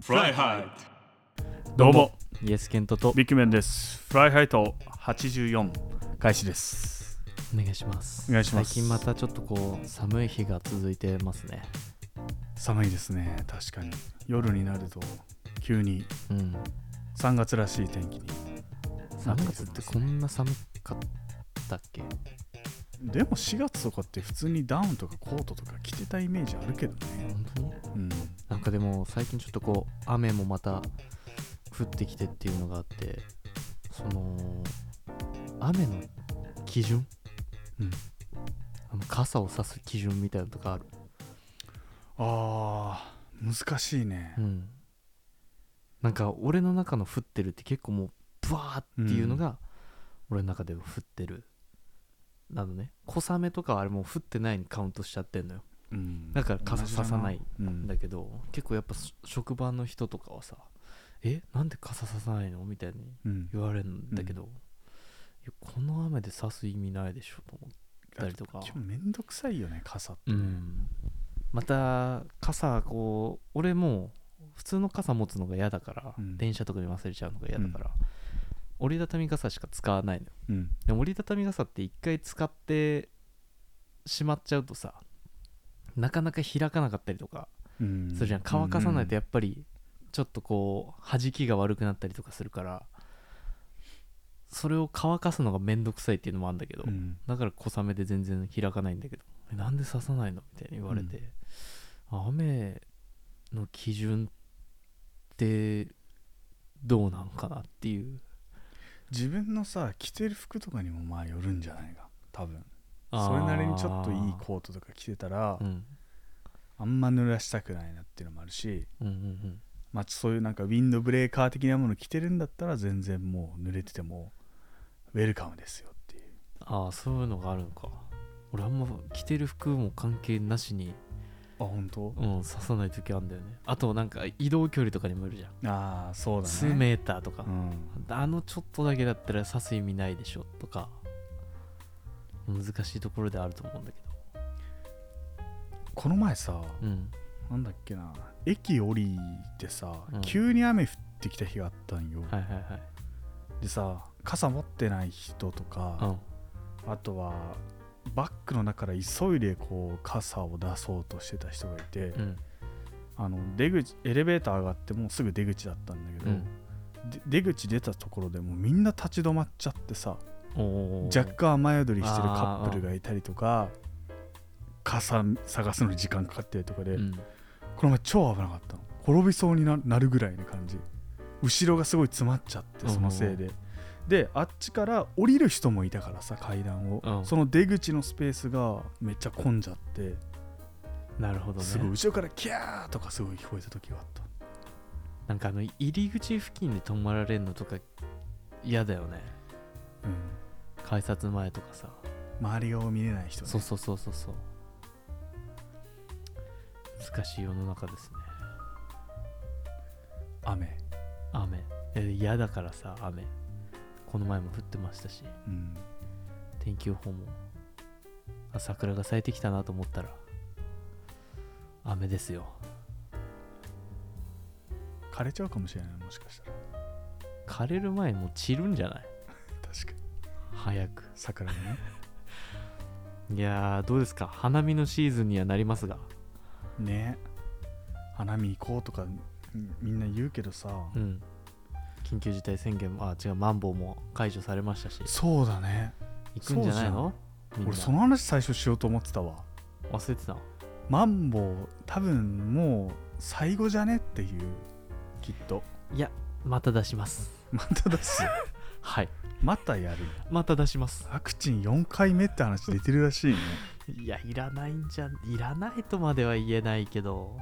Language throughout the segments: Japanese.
フライハイどうも、イエスケントとビッグメンです。フライハイト84開始です。お願いしますお願いします最近またちょっとこう寒い日が続いてますね寒いですね、確かに。夜になると急にうん3月らしい天気に。 3月ってこんな寒かったっけでも4月とかって普通にダウンとかコートとか着てたイメージあるけどね。本当にうん。なんかでも最近ちょっとこう雨もまた降ってきてっていうのがあってその雨の基準、うんあの傘を差す基準みたいなのとかある、あー、難しいねう。ん、なんか俺の中の降ってるって結構もうブワーっていうのが俺の中では降ってる、なのね小雨とかはあれもう降ってないにカウントしちゃってんのようんだから傘差さない。同じだんなだけど結構やっぱし職場の人とかはさ「えなんで傘ささないの?」みたいにうん。うん言われるんだけど、いやこの雨で差す意味ないでしょと思ったりとか今、日めんどくさいよね、傘ってうね。ん、また傘こう俺もう普通の傘持つのが嫌だから、うん電車とかに忘れちゃうのが嫌だから、折りたたみ傘しか使わないのようん。でも折りたたみ傘って一回使ってしまっちゃうとさなかなか開かなかったりとかうんするじゃん乾かさないとやっぱりちょっとこう弾きが悪くなったりとかするからそれを乾かすのがめんどくさいっていうのもあるんだけど、うんだから小雨で全然開かないんだけどえなんで刺さないのみたいに言われて、あ雨の基準ってどうなんかなっていう自分のさ着てる服とかにもまあよるんじゃないか多分それなりにちょっといいコートとか着てたらあーうんあんま濡らしたくないなっていうのもあるし、うんうんまあ、そういうなんかウィンドブレーカー的なもの着てるんだったら全然もう濡れててもウェルカムですよっていうああそういうのがあるのか俺あんま着てる服も関係なしに、あ本当、うん、刺さない時あるんだよねあとなんか移動距離とかにもいるじゃん、ああそうだね数メーターとかう、ん、あのちょっとだけだったら刺す意味ないでしょとか難しいところであると思うんだけこの前さどうんなんだっけな駅降りてさ、うん急に雨降ってきた日があったんよ、はいはいはいでさ傘持ってない人とか、うんあとはバッグの中から急いでこう傘を出そうとしてた人がいて、うんあの出口エレベーター上がってもうすぐ出口だったんだけど、うんで出口出たところでもうみんな立ち止まっちゃってさおお若干雨宿りしてるカップルがいたりとか傘探すのに時間かかってとかで、うんこの前超危なかったの滅びそうにななるぐらいの感じ後ろがすごい詰まっちゃってそのせいで、であっちから降りる人もいたからさ階段を、うんその出口のスペースがめっちゃ混んじゃってなるほどすごいね後ろからキャーとかすごい聞こえた時があったなんかあの入り口付近で止まられるのとか嫌だよねうん改札前とかさ周りを見れない人ねそうそうそうそうそう難しい世の中ですね雨、雨え嫌だからさ雨この前も降ってましたしうん、天気予報もあ桜が咲いてきたなと思ったら雨ですよ枯れちゃうかもしれないもしかしたら枯れる前にもう散るんじゃない確かに早く桜が ねいやーどうですか花見のシーズンにはなりますがね花見行こうとかうんみんな言うけどさ、うん緊急事態宣言もあ違うマンボウも解除されましたしそうだね行くんじゃないのみんな俺その話最初しようと思ってたわ忘れてたマンボウ多分もう最後じゃねっていうきっと また出しますまただ しはいまたやるまた出しますワクチン4回目って話出てるらしいねいやいらないんじゃいらないとまでは言えないけど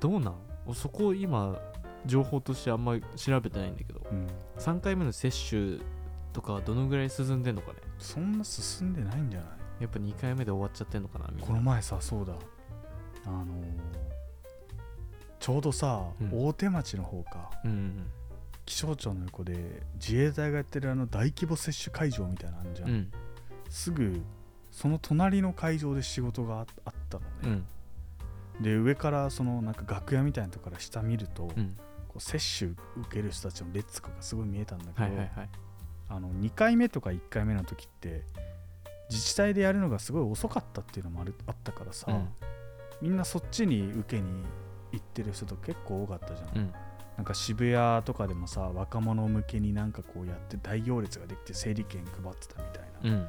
どうなんそこ今情報としてあんまり調べてないんだけどうん3回目の接種とかはどのぐらい進んでんのかねそんな進んでないんじゃないやっぱ2回目で終わっちゃってんのかなみんなこの前さそうだあのーちょうどさ、うん大手町の方かうんうん気象庁の横で自衛隊がやってるあの大規模接種会場みたいなのあるじゃ、うんんすぐその隣の会場で仕事がああったのね、うんで上からそのなんか楽屋みたいなとこから下見ると、うんこう接種受ける人たちの列とかがすごい見えたんだけど、はいはいはいあの2回目とか1回目の時って自治体でやるのがすごい遅かったっていうのもあるあったからさ、うんみんなそっちに受けに行ってる人と結構多かったじゃん、うんなんか渋谷とかでもさ若者向けになんかこうやって大行列ができて整理券配ってたみたいな、うん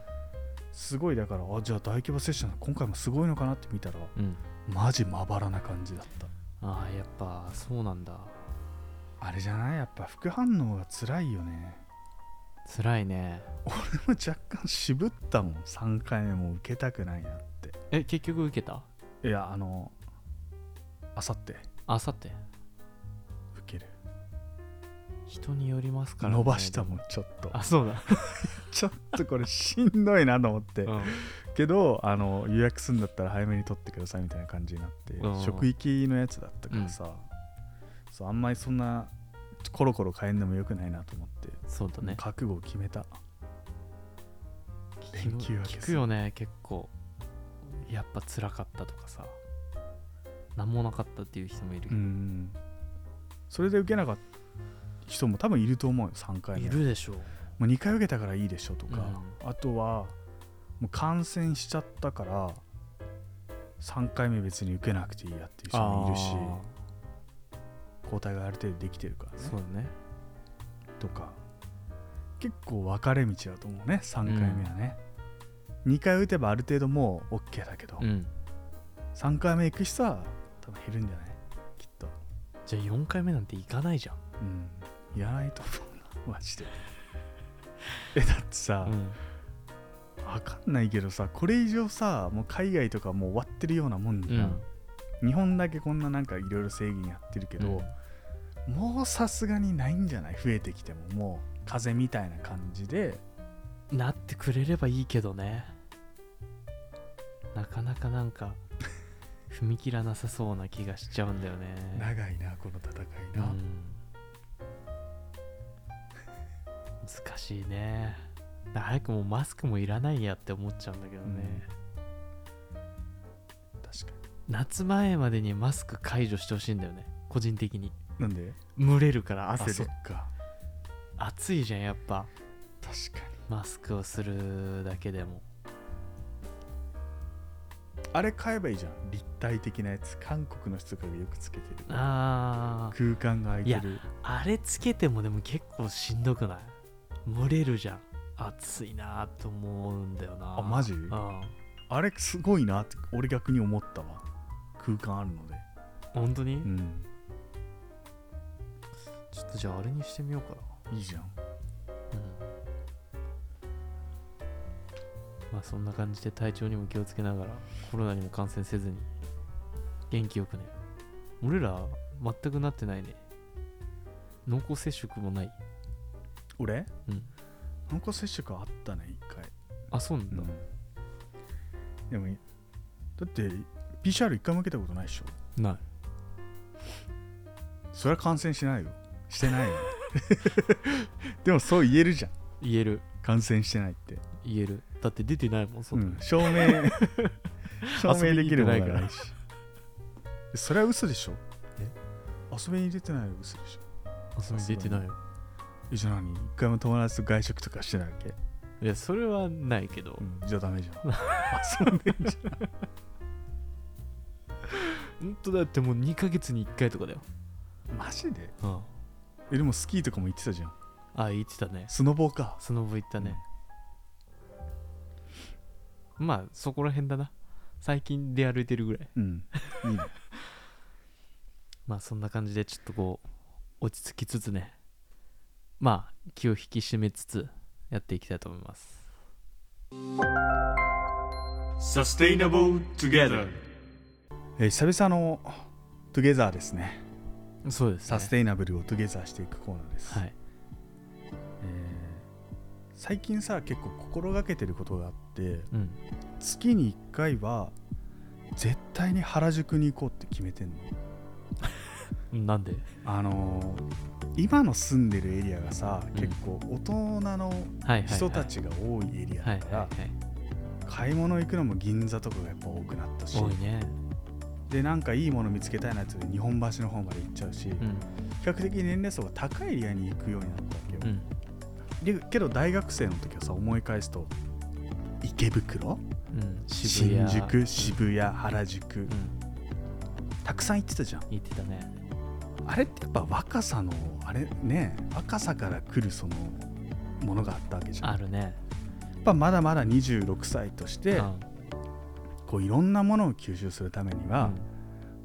すごいだからあじゃあ大規模接種の今回もすごいのかなって見たらうんマジまばらな感じだったああやっぱそうなんだあれじゃないやっぱ副反応が辛いよね 辛いねでも若干渋ったもん3回目も受けたくないなってえ結局受けたいやあのあさってあさって受ける人によりますから、ね、伸ばしたもんんちょっとあそう だ、ちょっとこれしんどいなと思って、うん、けどあの予約するんだったら早めに取ってくださいみたいな感じになって、うん職域のやつだったからさ、そうあんまりそんなコロコロ変えんでもよくないなと思って、そうだね覚悟を決めた聞連く休明け聞くよね結構やっぱ辛かったとかさ何もなかったっていう人もいるけうど、んそれで受けなかった人も多分いると思うよ3回目いるでしょうもう2回受けたからいいでしょとか、あとはもう感染しちゃったから3回目別に受けなくていいやっていう人もいるしあ抗体がある程度できてるからーねそうだねとか結構分かれ道だと思うね3回目はね、2回打てばある程度もう OK だけど、うん3回目行く人は多分減るんじゃないきっとじゃあ4回目なんて行かないじうんいらないと思うなマジで えだってゃさん、、うん、分かんないけどさこれ以上さもう海外とかもう終わってるようなもんじゃん、日本だけこんななんかいろいろ制限やってるけど、もうさすがにないんじゃない増えてきてももう風邪みたいな感じでなってくれればいいけどねなかなかなんか踏み切らなさそうな気がしちゃうんだよね長いなこの戦ういんな、難しいね早くもうマスクもいらないやって思っちゃうんだけどね、確か夏前までにマスク解除してほしいんだよね個人的にになんで蒸れるからあそ汗っでか暑いじゃんやっぱ確かにマスクをするだけでもあれ買えばいいじゃん立体的なやつ韓国の人とかがよくつけてるあー空間が空いてるあれつけてもでも結構しんどくない蒸れるじゃん暑いなと思うんだよなあマジうんあれすごいなって俺逆に思ったわ空間あるので本当に、うんちょっとじゃああれにしてみようかいいじゃんなうんまあそんな感じで体調にも気をつけながらコロナにも感染せずに元気よくね俺ら全くなってないね濃厚接触もない俺うん濃厚接触あったね一回、あそうなんだ、でもいだって PCR 一回も受けたことないでしょないそれは感染しないよして ないよでもそう言えるじゃん言える感染してないって言えるだって出てないもんそんうな、ん、 証明証明できるもの遊びに行ってないからがないしそれは嘘でしょ遊びに出てないの嘘でしょあそれ出てないよえじゃあ何一回も友達と外食とかしてないわけ、いやそれはないけどうん、じゃあダメじゃん遊んでんじ本当だってもう2ヶ月に1回とかだよ、ゃんマジでうん、えでもスキーとかも行ってたじゃんあ言ってたねスノボーかスノボ行ったね、まあそこら辺だな最近出歩いてるぐらいうんいいねまあそんな感じでちょっとこう落ち着きつつねまあ気を引き締めつつやっていきたいと思いますえー久々のトゥゲザーですねそうですねサステイナブルをトゥゲザーしていくコーナーです、はいえー最近さ結構心がけてることがあってうん月に1回は絶対に原宿に行こうって決めてんのなんであのー今の住んでるエリアがさ、うん結構大人のはいはい、はい、人たちが多いエリアはだいかはいら、はい買い物行くのも銀座とかがやっぱ多くなったし多いねでなんかいいもの見つけたいなって日本橋の方まで行っちゃうし、うん比較的年齢層が高いエリアに行くようになったわけよ、うんでけど大学生の時はさ思い返すと池袋うん新渋谷宿渋谷原宿、うんたくさん行ってたじゃん言ってたねあれってやっぱ若さのあれね若さから来るそのものがあったわけじゃんやあるねっぱまだまだ26歳として、うんこういろんなものを吸収するためには、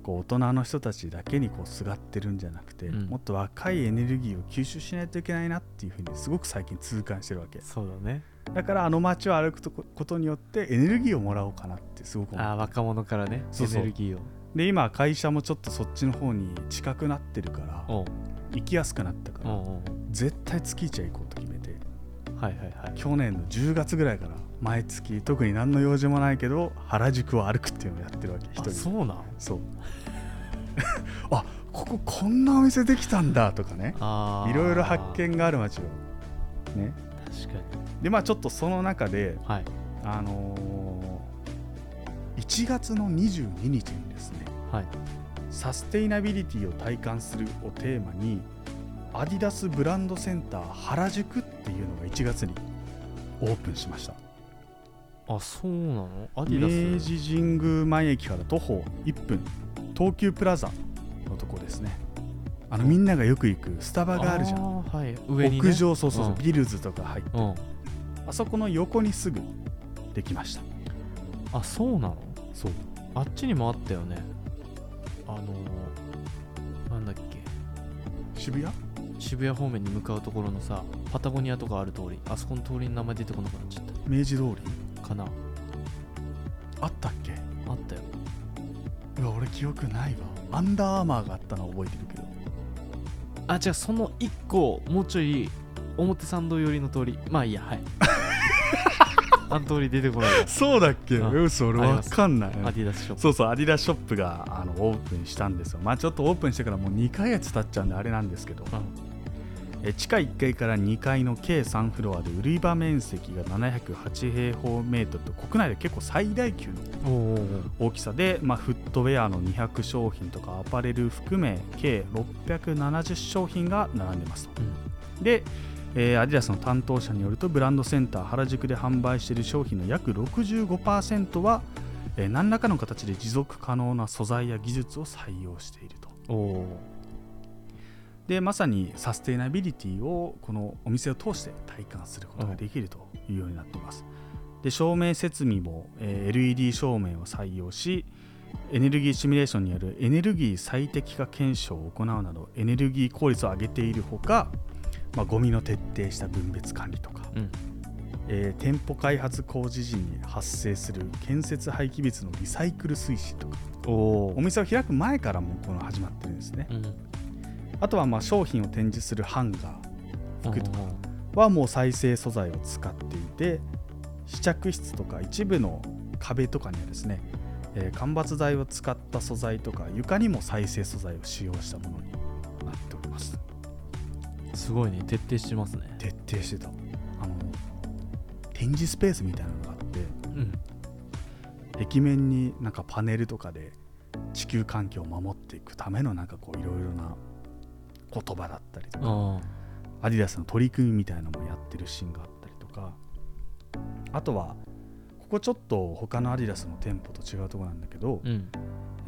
うこう大人の人たちだけにこうすがってるんじゃなくて、うんもっと若いエネルギーを吸収しないといけないなっていうふうにすごく最近痛感してるわけんそうだねだからあの街を歩くとこことによってエネルギーをもらおうかなってすごく思うあー若者からねそうエそうネルギーで今会社もちょっとそっちの方に近くなってるからをおう行きやすくなったかおうらおう絶対月一は行こうと決めておうはいはいはい去年の10月ぐらいから毎月特に何の用事もないけど原宿を歩くっていうのをやってるわけ一人あでそうなんそう あこここんなお店できたんだとかねあーいろいろ発見がある街をね確かにでまあちょっとその中ではいあのー1月の22日にですねはいサステイナビリティを体感するをテーマにアディダスブランドセンター原宿っていうのが1月にオープンしましたあそうなのアディダス明治神宮前駅から徒歩1分東急プラザのとこですねあのみんながよく行くスタバがあるじゃんーはい上に、ね、屋上そうそうそう、うんビルズとか入ってうんあそこの横にすぐできましたあそうなのそうあっちにもあったよねあのーなんだっけ渋谷渋谷方面に向かうところのさパタゴニアとかある通りあそこの通りの名前出てこなくなっちゃっ明治通りたかなあったっけあったようわ俺記憶ないわアンダーアーマーがあったのは覚えてるけどあじゃあその1個もうちょい表参道寄りの通りまあいい やはいあの通り出てこないよそうだっけあうんそれありわますかんないアディダスショップそうそうアディダスショップがあのオープンしたんですよまあちょっとオープンしてからもう2ヶ月経っちゃうんであれなんですけどうんえ地下1階から2階の計3フロアで売り場面積が708平方メートルと国内で結構最大級のおうおうおう大きさで、まあ、フットウェアの200商品とかアパレル含め計670商品が並んでますとで、えーアディダスの担当者によるとブランドセンター原宿で販売している商品の約65%は、えー何らかの形で持続可能な素材や技術を採用しているとおおでまさにサステイナビリティをこのお店を通して体感することができるというようになっていますで照明設備も、えー LED 照明を採用しエネルギーシミュレーションによるエネルギー最適化検証を行うなどエネルギー効率を上げているほか、まあ、ゴミの徹底した分別管理とか、うんえー店舗開発工事時に発生する建設廃棄物のリサイクル推進とかおおお店を開く前からもうこの始まってるんですねうんあとはまあ商品を展示するハンガー服とかおうおうはもう再生素材を使っていて試着室とか一部の壁とかにはですね、えー間伐材を使った素材とか床にも再生素材を使用したものになっておりますすごいね徹底してますね徹底してたあの展示スペースみたいなのがあっうんて壁面になんかパネルとかで地球環境を守っていくためのなんかこういろいろな言葉だったりとかあアディダスの取り組みみたいなのもやってるシーンがあったりとかあとはここちょっと他のアディダスの店舗と違うところなんだけど、うん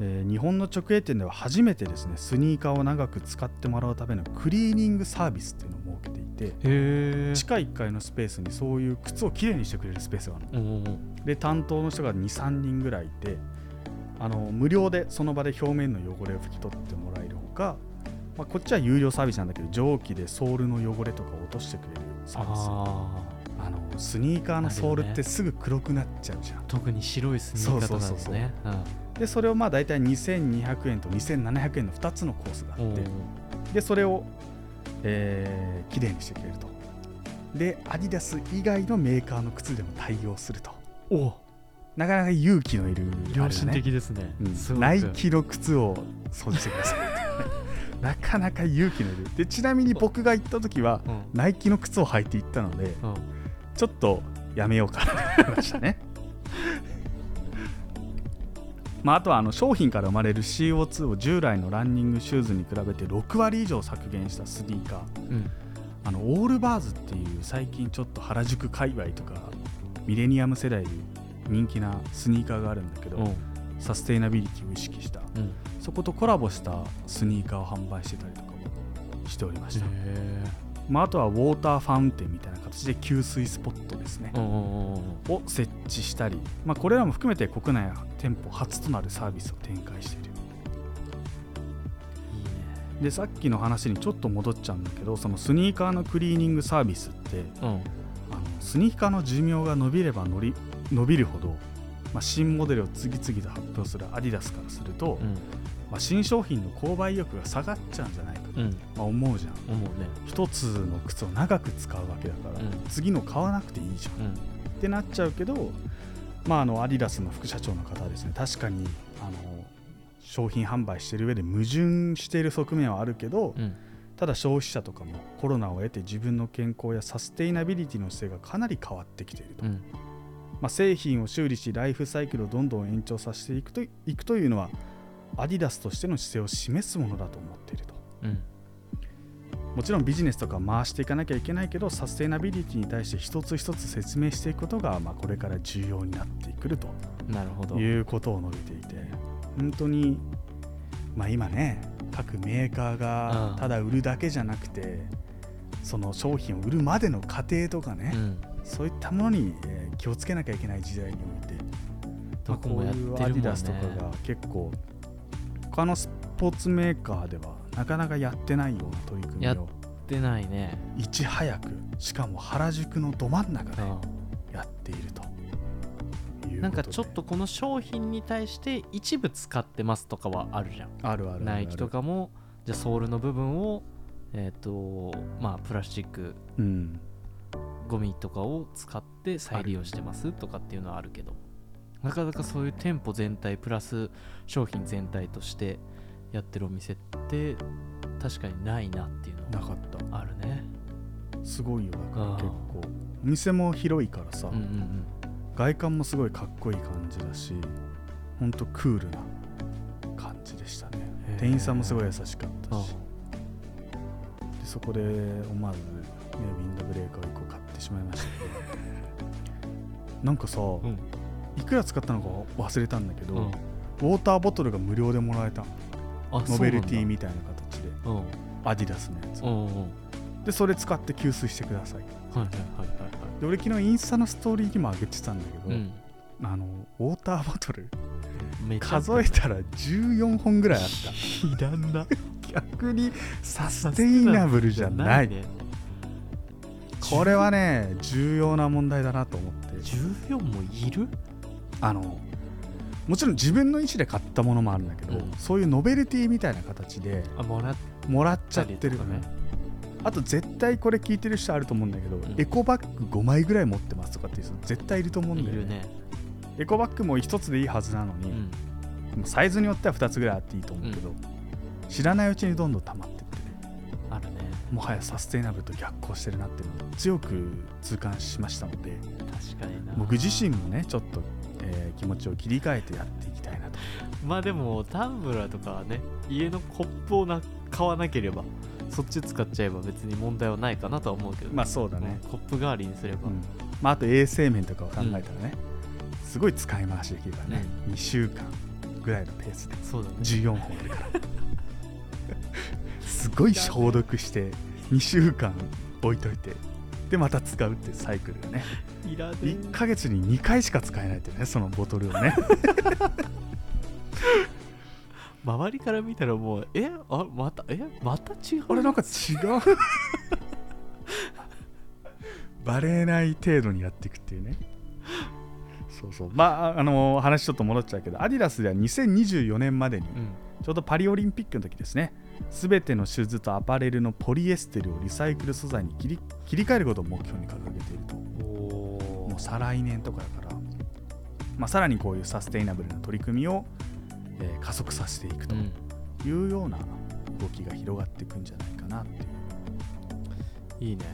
えー日本の直営店では初めてですねスニーカーを長く使ってもらうためのクリーニングサービスっていうのを設けていてへえ地下1階のスペースにそういう靴をきれいにしてくれるスペースがあるのおうおうおうで担当の人が23人ぐらいいてあの無料でその場で表面の汚れを拭き取ってもらえるほか、まあ、こっちは有料サービスなんだけど蒸気でソールの汚れとかを落としてくれるサービスああのスニーカーのソールってすぐ黒くなっちゃうじゃん、ー特に白いスニーカーとかそうそうそですうそうねうんでそれをまあ大体2200円と2700円の2つのコースがあおうおうってでそれを、えー、きれいにしてくれるとでアディダス以外のメーカーの靴でも対応するとおうなかなか勇気のいる良心あれだね的ですねうんすごくナイキの靴を掃除してくだ さいなかなか勇気のいるでちなみに僕が行った時はうんナイキの靴を履いて行ったのでうんちょっとやめようかなと思いましたね まあ、あとはあの商品から生まれる CO2 を従来のランニングシューズに比べて6割以上削減したスニーカーうんあのオールバーズっていう最近ちょっと原宿界隈とかミレニアム世代に人気なスニーカーがあるんだけど、うんサステイナビリティを意識したうんそことコラボしたスニーカーを販売してたりとかもしておりました、へまあ、あとはウォーターファウンテンみたいな形で給水スポットですねえ、うんうんうんうんを設置したり、まあ、これらも含めて国内店舗初となるサービスを展開しているいいねでさっきの話にちょっと戻っちゃうんだけどそのスニーカーのクリーニングサービスってうんあのスニーカーの寿命が伸びればのり伸びるほど、まあ、新モデルを次々と発表するアディダスからすると、うんまあ、新商品の購買意欲が下がっちゃうんじゃないかと、うんまあ、思うじゃん思うね一つの靴を長く使うわけだから、うん次の買わなくていいじゃんうんってなっちゃうけど、まあ、あのアディダスの副社長の方はですね確かにあの商品販売してる上で矛盾している側面はあるけど、うんただ消費者とかもコロナを得て自分の健康やサステイナビリティの姿勢がかなり変わってきていると、うんまあ、製品を修理しライフサイクルをどんどん延長させていくといいくというのはアディダスとしての姿勢を示すものだと思っているとうんもちろんビジネスとか回していかなきゃいけないけどサステイナビリティに対して一つ一つ説明していくことが、まあ、これから重要になってくるとなるほどいうことを述べていて本当に、まあ、今ね各メーカーうがんただ売るだけじゃなくて、その商品を売るまでの過程とかね、うんそういったものにえー気をつけなきゃいけない時代において、まどあここもうやいってるうもんアねディダスとかが結構他のスポーツメーカーではなかなかやってないような取り組みやを出ないねいち早くしかも原宿のど真ん中でうやっているというんことでなんかちょっとこの商品に対して一部使ってますとかはあるじゃんあるあるあるあるナイキとかもじゃあソールの部分をえっ、とまあプラスチックうんゴミとかを使って再利用してますとかっていうのはあるけどなかなかそういう店舗全体プラス商品全体としてやってるお店って確かにないなっていうなのかったはあるねすごいよだからあー結構お店も広いからさ、うんうん外観もすごいかっこいい感じだしほんとクールな感じでしたねへー店員さんもすごい優しかっうたんしでそこで思わず、ね、ウィンドブレーカーを1個買ってしまいましたけど なんかさ、んいくら使ったのか忘れたんだけど、うんウォーターボトルが無料でもらえたのあノベルティみみたいな形でうんうんアディダスのやつ、うんうんでそれ使って給水してくださいはいはいはいはいはで俺昨日インスタのストーリーにも上げてたんだけど、いうんあのウォーターボトルめっちゃ数えたら14本ぐらいあっいらん なた逆にサステイナブルじゃないねこれはね重要な問題だなと思って14もいるあのもちろん自分の意思で買ったものもあるんだけど、うんそういうノベルティみたいな形であもらっもらっちゃったりてとるかねあと絶対これ聞いてる人あると思うんだけど、んエコバッグ5枚ぐらい持ってますとかっていう人絶対いると思うんいだよるねねエコバッグも1つでいいはずなのうに、んもうサイズによっては2つぐらいあっていいと思うけど、知らないうちにどんどん溜まってってねあるねもはやサステイナブルと逆行してるなっていうのを強く痛感しましたので確かにな僕自身もねちょっと、えー気持ちを切り替えてやっていきたいなとまあでもタンブラーとかはね家のコップをな買わなければそっち使っちゃえば別に問題はないかなとは思うけど、まあそうだうんね、コップ代わりにすれば、うんまあ、あと衛生面とかを考えたらね、すごい使い回しできるからね、2週間ぐらいのペースでそうだね14本だからすごい消毒して2週間置いといてでまた使うっていうサイクルがねいらねえ1ヶ月に2回しか使えないってねそのボトルを ね周りから見たらもうえあまたえまた違う俺なんか違う バレない程度にやっていくっていうねそうそうまああの話ちょっと戻っちゃうけどアディダスでは2024年までにうんちょうどパリオリンピックの時ですね全てのシューズとアパレルのポリエステルをリサイクル素材に切り切り替えることを目標に掲げているとおもう再来年とかだから、まあ、さらにこういうサステイナブルな取り組みを、えー加速させていくとうんいうような動きが広がっていくんじゃないかなっていう、いいね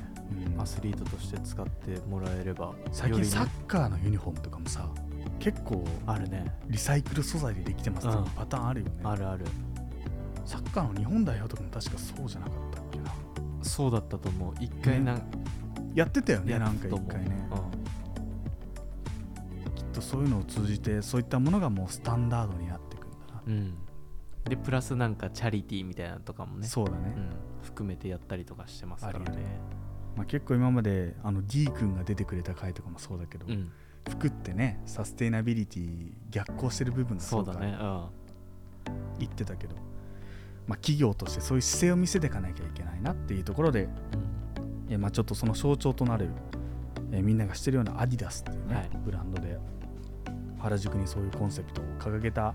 うんアスリートとして使ってもらえれば最よ近りねサッカーのユニフォームとかもさ結構あるねリサイクル素材でできてますっていうパターンあるよね、あるあるサッカーの日本代表とかも確かそうじゃなかったっけなそうだったと思う一回なんやってたよねやなっんたかと一思う回ねきっとそういうのを通じてそういったものがもうスタンダードになってくんだな、うんうんでプラスなんかチャリティーみたいなのとかもねそうだね、うん、含めてやったりとかしてますからありえねまあ、結構今まであの D 君が出てくれた回とかもそうだけど、うん服ってねサステイナビリティ逆行してる部分がそうとだかねうん言ってたけど、まあ、企業としてそういう姿勢を見せていかなきゃいけないなっていうところで、えまあ、ちょっとその象徴となる、えみんながしてるようなアディダスっていうね、はいブランドで原宿にそういうコンセプトを掲げた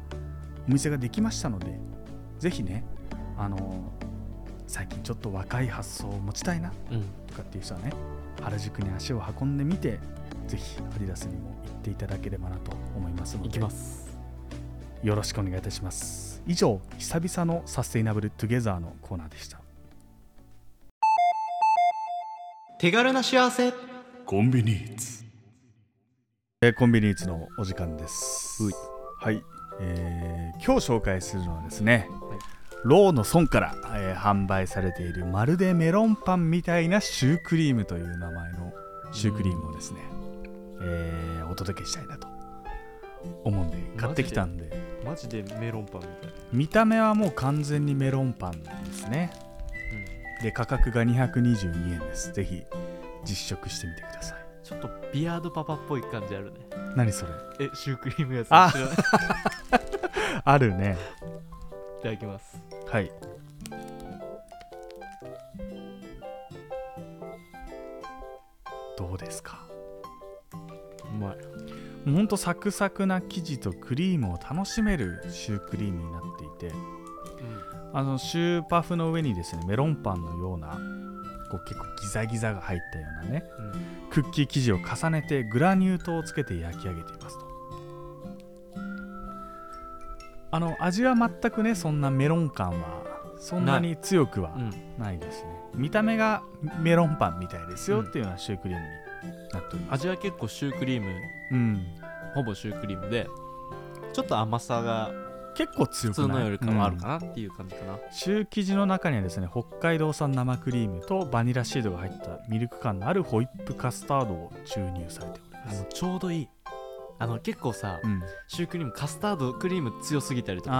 お店ができましたのでぜひねあの最近ちょっと若い発想を持ちたいなうん、とかっていう人はね原宿に足を運んでみてぜひアディダスにも行っていただければなと思いますのうでん、いきますよろしくお願いいたします以上久々のサステイナブルトゥゲザーのコーナーでした手軽な幸せコンビニーツえーコンビニーツのお時間ですういはい、えー今日紹介するのはですね、はいローの村から、えー販売されているまるでメロンパンみたいなシュークリームという名前のシュークリームをですね、えーお届けしたいなと思うんで買ってきたんでマジでメロンパンみたい見た目はもう完全にメロンパンですねな、で価格が222円ですぜひ実食してみてくださいうん、ちょっとビアードパパっぽい感じあるね何それえシュークリームやつあ知らないあるねいただきますはいどうですかうまもいうほんとサクサクな生地とクリームを楽しめるシュークリームになっていてうんあのシューパフの上にですねメロンパンのようなこう結構ギザギザが入ったようなねうんクッキー生地を重ねてグラニュー糖をつけて焼き上げていますとあの味は全くねそんなメロン感はそんなに強くはうんないですね見た目がメロンパンみたいですよっていうようなシュークリームになっております味は結構シュークリームうんほぼシュークリームでちょっと甘さが結構強普くない通のよりかうんはあるかなっていう感じかな、シュー生地の中にはですね北海道産生クリームとバニラシードが入ったミルク感のあるホイップカスタードを注入されておりまあのす、ちょうどいいあの結構さ、うん、シュークリームカスタードクリーム強すぎたりとか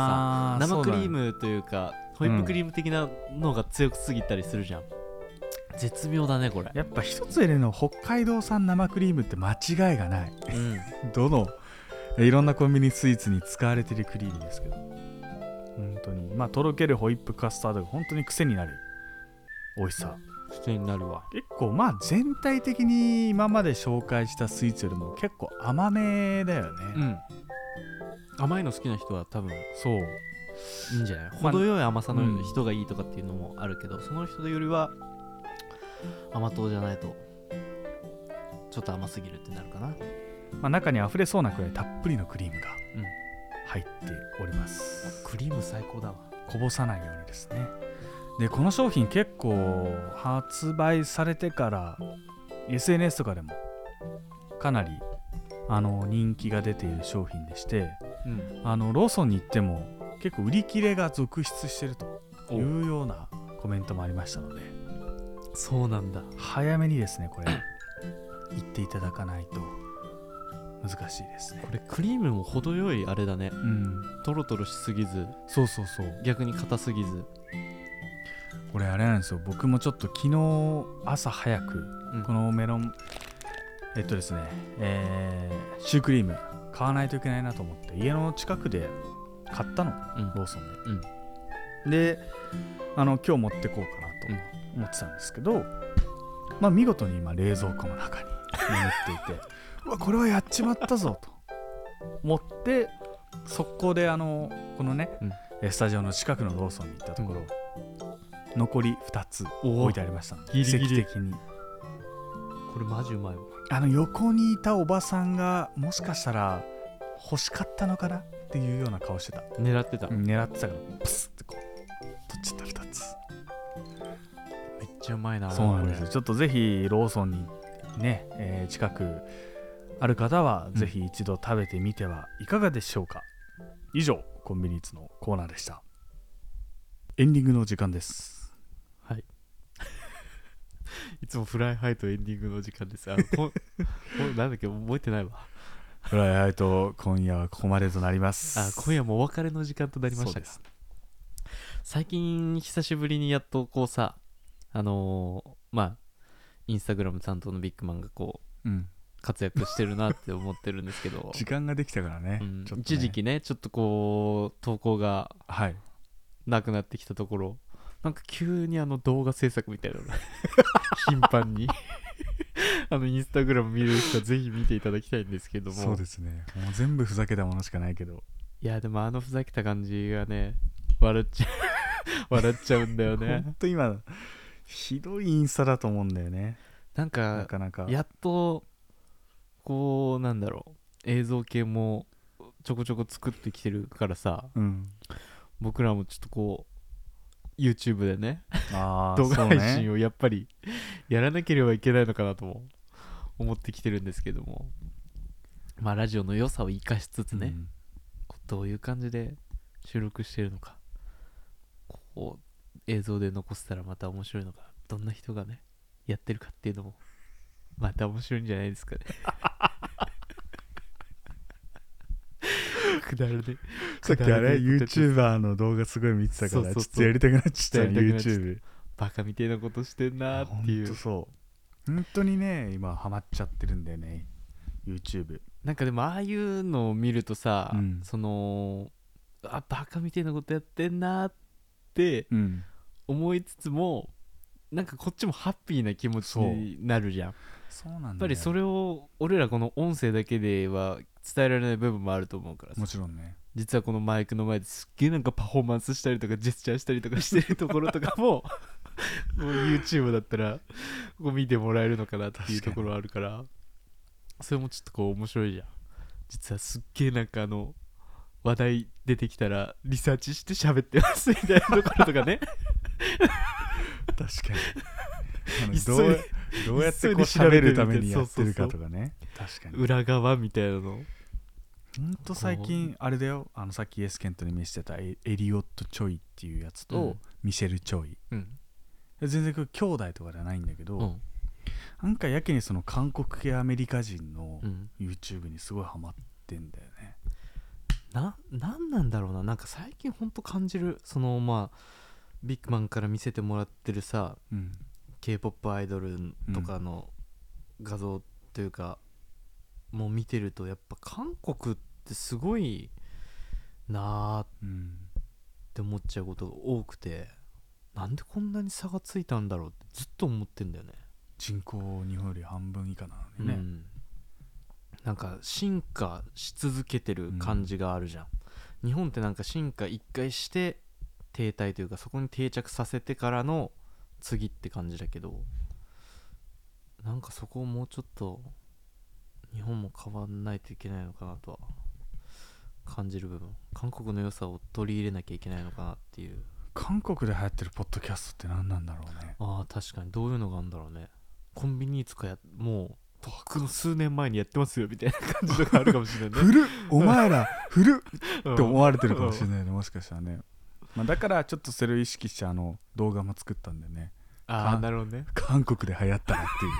さ生クリームというかホイップクリーム的なのが強すぎたりするじゃん、絶妙だねこれ、やっぱ一つ入れるのは北海道産生クリームって間違いがないうん、どのえいろんなコンビニスイーツに使われてるクリームですけど本当にまあとろけるホイップカスタードが本当に癖になる美味しさ癖になるわ結構まあ全体的に今まで紹介したスイーツよりも結構甘めだよね、うん甘いの好きな人は多分いそういんじゃないまあ程よい甘さうんの人がいいとかっていうのもあるけど、その人よりは甘党じゃないとちょっと甘すぎるってなるかなまあ、中に溢れそうなくらいたっぷりのクリームがうん入っております、クリーム最高だわこぼさないようにですねでこの商品結構発売されてから SNS とかでもかなりあの人気が出ている商品でしてうんあのローソンに行っても結構売り切れが続出してるとおいうようなコメントもありましたのでそうなんだ早めにですねこれ 行っていただかないと難しいですねこれクリームも程よいあれだねうんトロトロしすぎずそうそうそう逆に硬すぎずこれあれなんですよ僕もちょっと昨日朝早くうんこのメロンえっとですねえーシュークリーム買わないといけないなと思って家の近くで買ったのうんローソンで、であの今日持ってこうかなとうん思ってたんですけど、まあ見事に今冷蔵庫の中に眠 っていてうわこれはやっちまったぞと思って速攻であのこのね、うんえスタジオの近くのローソンに行ったところ、残り2つおお置いてありましたのでギリギリ奇跡的にこれマジうまいわあの横にいたおばさんがもしかしたら欲しかったのかなっていうような顔してた狙ってた、めっ狙ってたからプスってこう取っちゃった2つちゃうまいなそうなんですよこちょっとぜひローソンにね、えー近くある方はぜひ一度食べてみてはいかがでしょうか、以上コンビニーツのコーナーでしたエンディングの時間ですいつもフライハイとエンディングの時間ですあの ここなんだっけ覚えてないわフライアイト今夜はここまでとなりますあ今夜もお別れの時間となりましたかそう最近久しぶりにやっとこうさあのーまあインスタグラム担当のビッグマンがこううん活躍してるなって思ってるんですけど 時間ができたからね,、うんちょっとね一時期ねちょっとこう投稿がはいなくなってきたところなんか急にあの動画制作みた いなのが頻繁にあのインスタグラム見る人はぜひ見ていただきたいんですけどもそうですねもう全部ふざけたものしかないけどいやでもあのふざけた感じがね笑っちゃう 笑っちゃうんだよほ ねんと今ひどいインスタだと思うんだよねなんなかかなかやっとこうなんだろう映像系もちょこちょこ作ってきてるからさうん僕らもちょっとこう YouTube でねあ ー動画配そうね信をやっぱりやらなければいけないのかなとも思ってきてるんですけどもまあラジオの良さを生かしつつね、うんこうどういう感じで収録してるのかこう映像で残せたらまた面白いのかどんな人がねやってるかっていうのもまた面白いんじゃないで すかねくだるねさっきあれくだらねえこと言って YouTuber の動画すごい見てたかそうらそうちそうょっとやりたくなっちゃったよやりたくなっちゃった YouTube バカみてえなことしてんなーってい本う当そう本当にね今ハマっちゃってるんだよね YouTube なんかでもああいうのを見るとさ、うんそのあバカみたいなことやってんなーってうん思いつつもなんかこっちもハッピーな気持ちそうになるじゃんやそうなんだよっぱりそれを俺らこの音声だけでは伝えられない部分もあると思うからさもちろんね実はこのマイクの前ですっげえなんかパフォーマンスしたりとかジェスチャーしたりとかしてるところとか ももう YouTube だったらこう見てもらえるのかなっていうところあるからそれもちょっとこう面白いじゃん実はすっげえなんかあの話題出てきたらリサーチして喋ってますみたいなところとか ね確か にあ急のいどうどうやってこう急いで喋調べてみてるためにやってるかとかね確かに裏側みたいなのほんと最近あれだよあのさっきイエスケントに見せてたエエリオット・チョイっていうやつと、うんミシェル・チョイうん全然これ兄弟とかじゃないんだけど、うんなんかやけにその韓国系アメリカ人のうん YouTube にすごいハマってんだよね、ななんなんだろうななんか最近ほんと感じるそのまあビッグマンから見せてもらってるさ、うん、 k p o p アイドルとかの画像というか、もう見てるとやっぱ韓国ってすごいなーっうん、て思っちゃうことが多くてなんでこんなに差がついたんだろうってずっと思ってんだよね。人口日本より半分以下なのにね、うんなんか進化し続けてる感じがあるじゃん、日本ってなんか進化一回して停滞というかそこに定着させてからの次って感じだけどなんかそこをもうちょっと日本も変わんないといけないのかなとは感じる部分韓国の良さを取り入れなきゃいけないのかなっていう韓国で流行ってるポッドキャストって何なんだろうねああ確かにどういうのがあるんだろうねコンビニいつかやもうとっくの数年前にやってますよみたいな感じとかあるかもしれないね古っお前ら古っ うんって思われてるかもしれないねもしかしたらね、まあ、だからちょっとそれを意識してあの動画も作ったんだよねああかなるほどね韓国で流行ったな っていう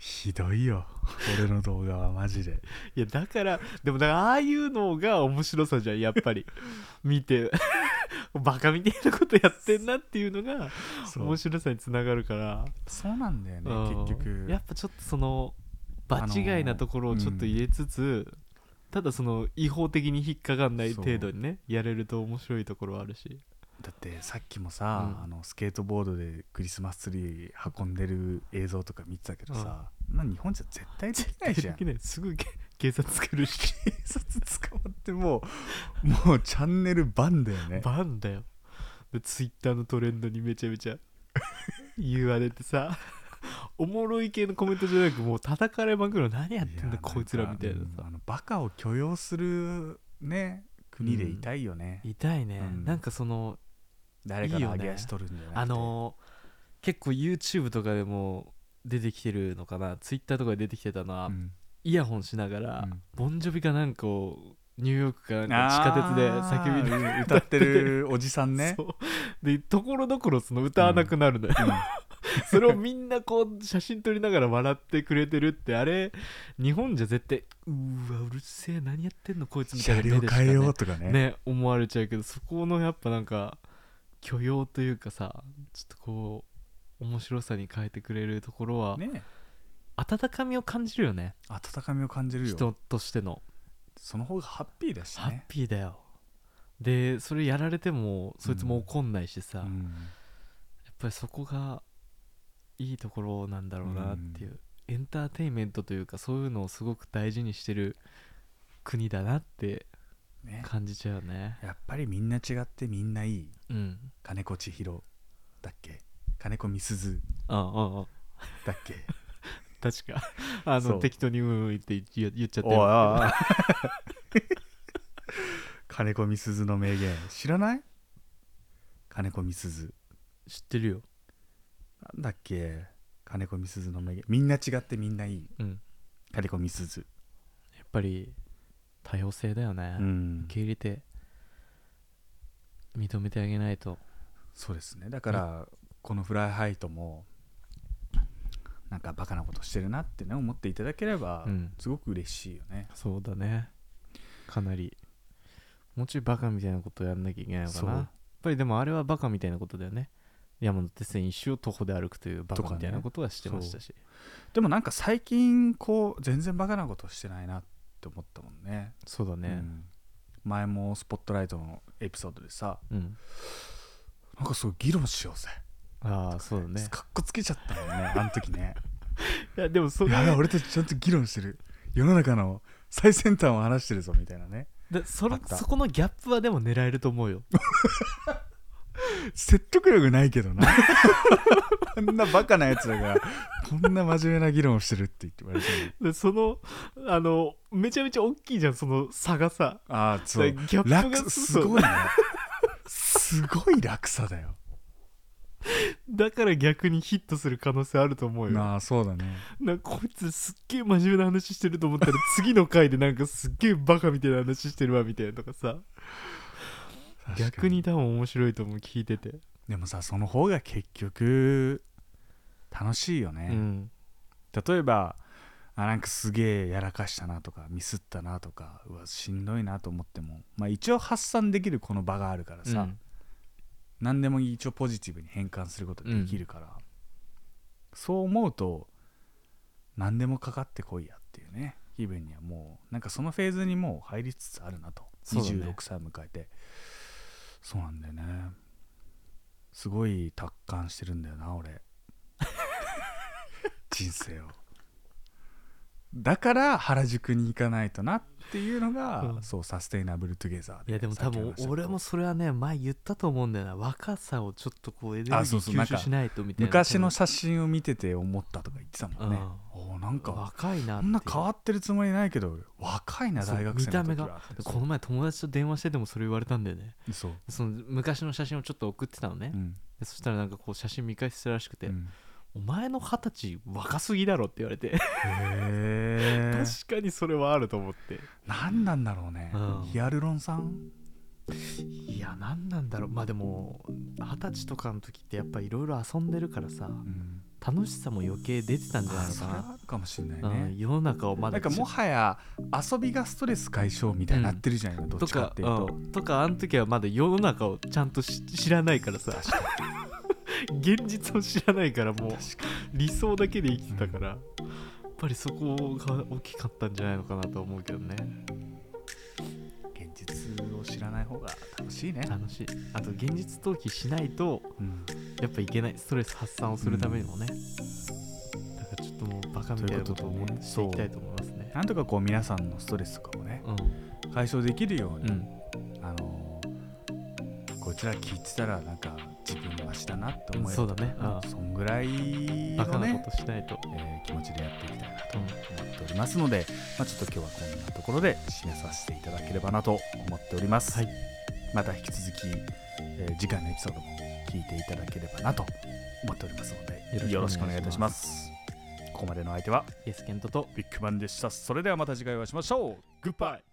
ひどいよ俺の動画はマジでいやだからでもだからああいうのが面白さじゃんやっぱり見て バカみたいなことやってんなっていうのがそう面白さにつながるから、そうなんだよねうん結局やっぱちょっとその場違いなところをちょっと入れつつ、ただその違法的に引っかかんないそう程度にねやれると面白いところはあるしだってさっきもさ、うんあのスケートボードでクリスマスツリー運んでる映像とか見てたけどさ、まあ日本じゃ絶対できない じゃんできないすぐけ警察来るし警察捕まってもうもうチャンネルバンだよねバンだよでツイッターのトレンドにめちゃめちゃ言われてさおもろい系のコメントじゃなくもう叩かれまくるの何やってんいだやこいつらみたいなんかうんさあのバカを許容するね国でいたいよね、痛いね、うんなんかその誰かいいのよ揚ねげ足取るんじゃなくてあのー結構 YouTube とかでも出てきてるのかなツイッターとかで出てきてたのは、うんイヤホンしながら、うんボンジョビかなんかをニューヨークかなんか地下鉄で叫びながらあー歌ってるおじさんね そうでところどころその歌わなくなるのよ、 それをみんなこう写真撮りながら笑ってくれてるってあれ日本じゃ絶対うーわうるせえ何やってんのこいつみた車いな両目でしか変えねようとかねね思われちゃうけどそこのやっぱなんか許容というかさちょっとこう面白さに変えてくれるところは、ね温かみを感じるよね温かみを感じるよ人としてのその方がハッピーだしハッねピーだよでそれやられてもそいつも怒んないしさ、うんやっぱりそこがいいところなんだろうなっていう、エンターテインメントというかそういうのをすごく大事にしてる国だなってね感じちゃうねやっぱりみんな違ってみんないいうん金子千尋だっけ金子みすずああああだっけ確かあ そのう適当に「うんうん」って言言っちゃっおたいよおいおい金子みすずの名言知らない金子みすず知ってるよなんだっけ金子みすずの名言みんな違ってみんないいうん金子みすずやっぱり多様性だよね、うん受け入れて認めてあげないとそうですねだからこの「フライハイト」もなんかバカなことしてるなってね思っていただければうんすごく嬉しいよね、そうだねかなりもうちょいバカみたいなことやんなきゃいけないのかそうなやっぱりでもあれはバカみたいなことだよね山手線一周を徒歩で歩くというバとカかねみたいなことはしてましたしでもなんか最近こう全然バカなことしてないなって思ったもんねそう,、だうねん前も「スポットライト」のエピソードでさうん、なんかすごい議論しようぜああそうだねかっこつけちゃったもんねあの時 ねいやでもそいやいや俺たちちゃんと議論してる世の中の最先端を話してるぞみたいなねだそれあったそこのギャップはでも狙えると思う よ説得力ないけどなあんなバカなやつらがこんな真面目な議論をしてるって言われてもでそのあのめちゃめちゃ大きいじゃんその差がさああそうだからギャップが楽すそうごいねすごい落差だよだから逆にヒットする可能性あると思うよなあそうだねなんかこいつすっげえ真面目な話してると思ったら次の回でなんかすっげえバカみたいな話してるわみたいなとかさ逆に多分面白いと思う聞いてて、でもさその方が結局楽しいよね、ん、例えばあなんかすげえやらかしたなとかミスったなとかうわしんどいなと思っても、まあ、一応発散できるこの場があるからさ、何でも一応ポジティブに変換することできるから、そう思うと何でもかかってこいやっていうね気分にはもうなんかそのフェーズにもう入りつつあるなと、そうだね26歳迎えてそうなんだよねすごい達観してるんだよな 俺人生をだから原宿に行かないとなっていうのが、うんそうサステイナブルトゥゲザーいやでも多分さっき話した俺もそれはね前言ったと思うんだよな若さをちょっとこうエネルギーあそうそう吸収しないとみたいな昔の写真を見てて思ったとか言ってたもんね、おおなん多分か若いなこっていうんな変わってるつもりないけど若いなそう大学生の時は見た目この前友達と電話しててもそれ言われたんだよねそう、その昔の写真をちょっと送ってたのね、うんでそしたらなんかこう写真見返してたらしくて、うんお前の二十歳若すぎだろって言われてへえ 確かにそれはあると思って何なんだろうね、うんヒアルロン酸いや何なんだろうまあでも二十歳とかの時ってやっぱいろいろ遊んでるからさうん楽しさも余計出てたんじゃないあのそかれなはあるかもしれないうん、ね、世の中をまなだんかもはや遊びがストレス解消みたいになってるじゃん、今どとっちかかっていうと、うんとかあの時はまだ世の中をちゃんとし知らないからさ 現実を知らないからもう理想だけで生きてたから、やっぱりそこが大きかったんじゃないのかなと思うけどね現実を知らない方が楽しいね、楽しいあと現実逃避しないとうんやっぱいけないストレス発散をするためにもね、だからちょっともうバカみたいなことをということでねしていきたいと思いますねなんとかこう皆さんのストレスとかもねう解消できるように、ん、うん、あのーこいつら聞いてたらなんか自分も足だなって思えるそうだねああそんぐらいバカのなねこ、としないと、えー気持ちでやっていきたいなとうん思っておりますので、まあ、ちょっと今日はこんなところで締めさせていただければなと思っております、はいまた引き続き、えー次回のエピソードも聞いていただければなと思っておりますのでよよろろししくくおお願い願いいいたたししまますここまでの相手はイエスケントとビッグバンでしたそれではまた次回お会いしましょうグッバイ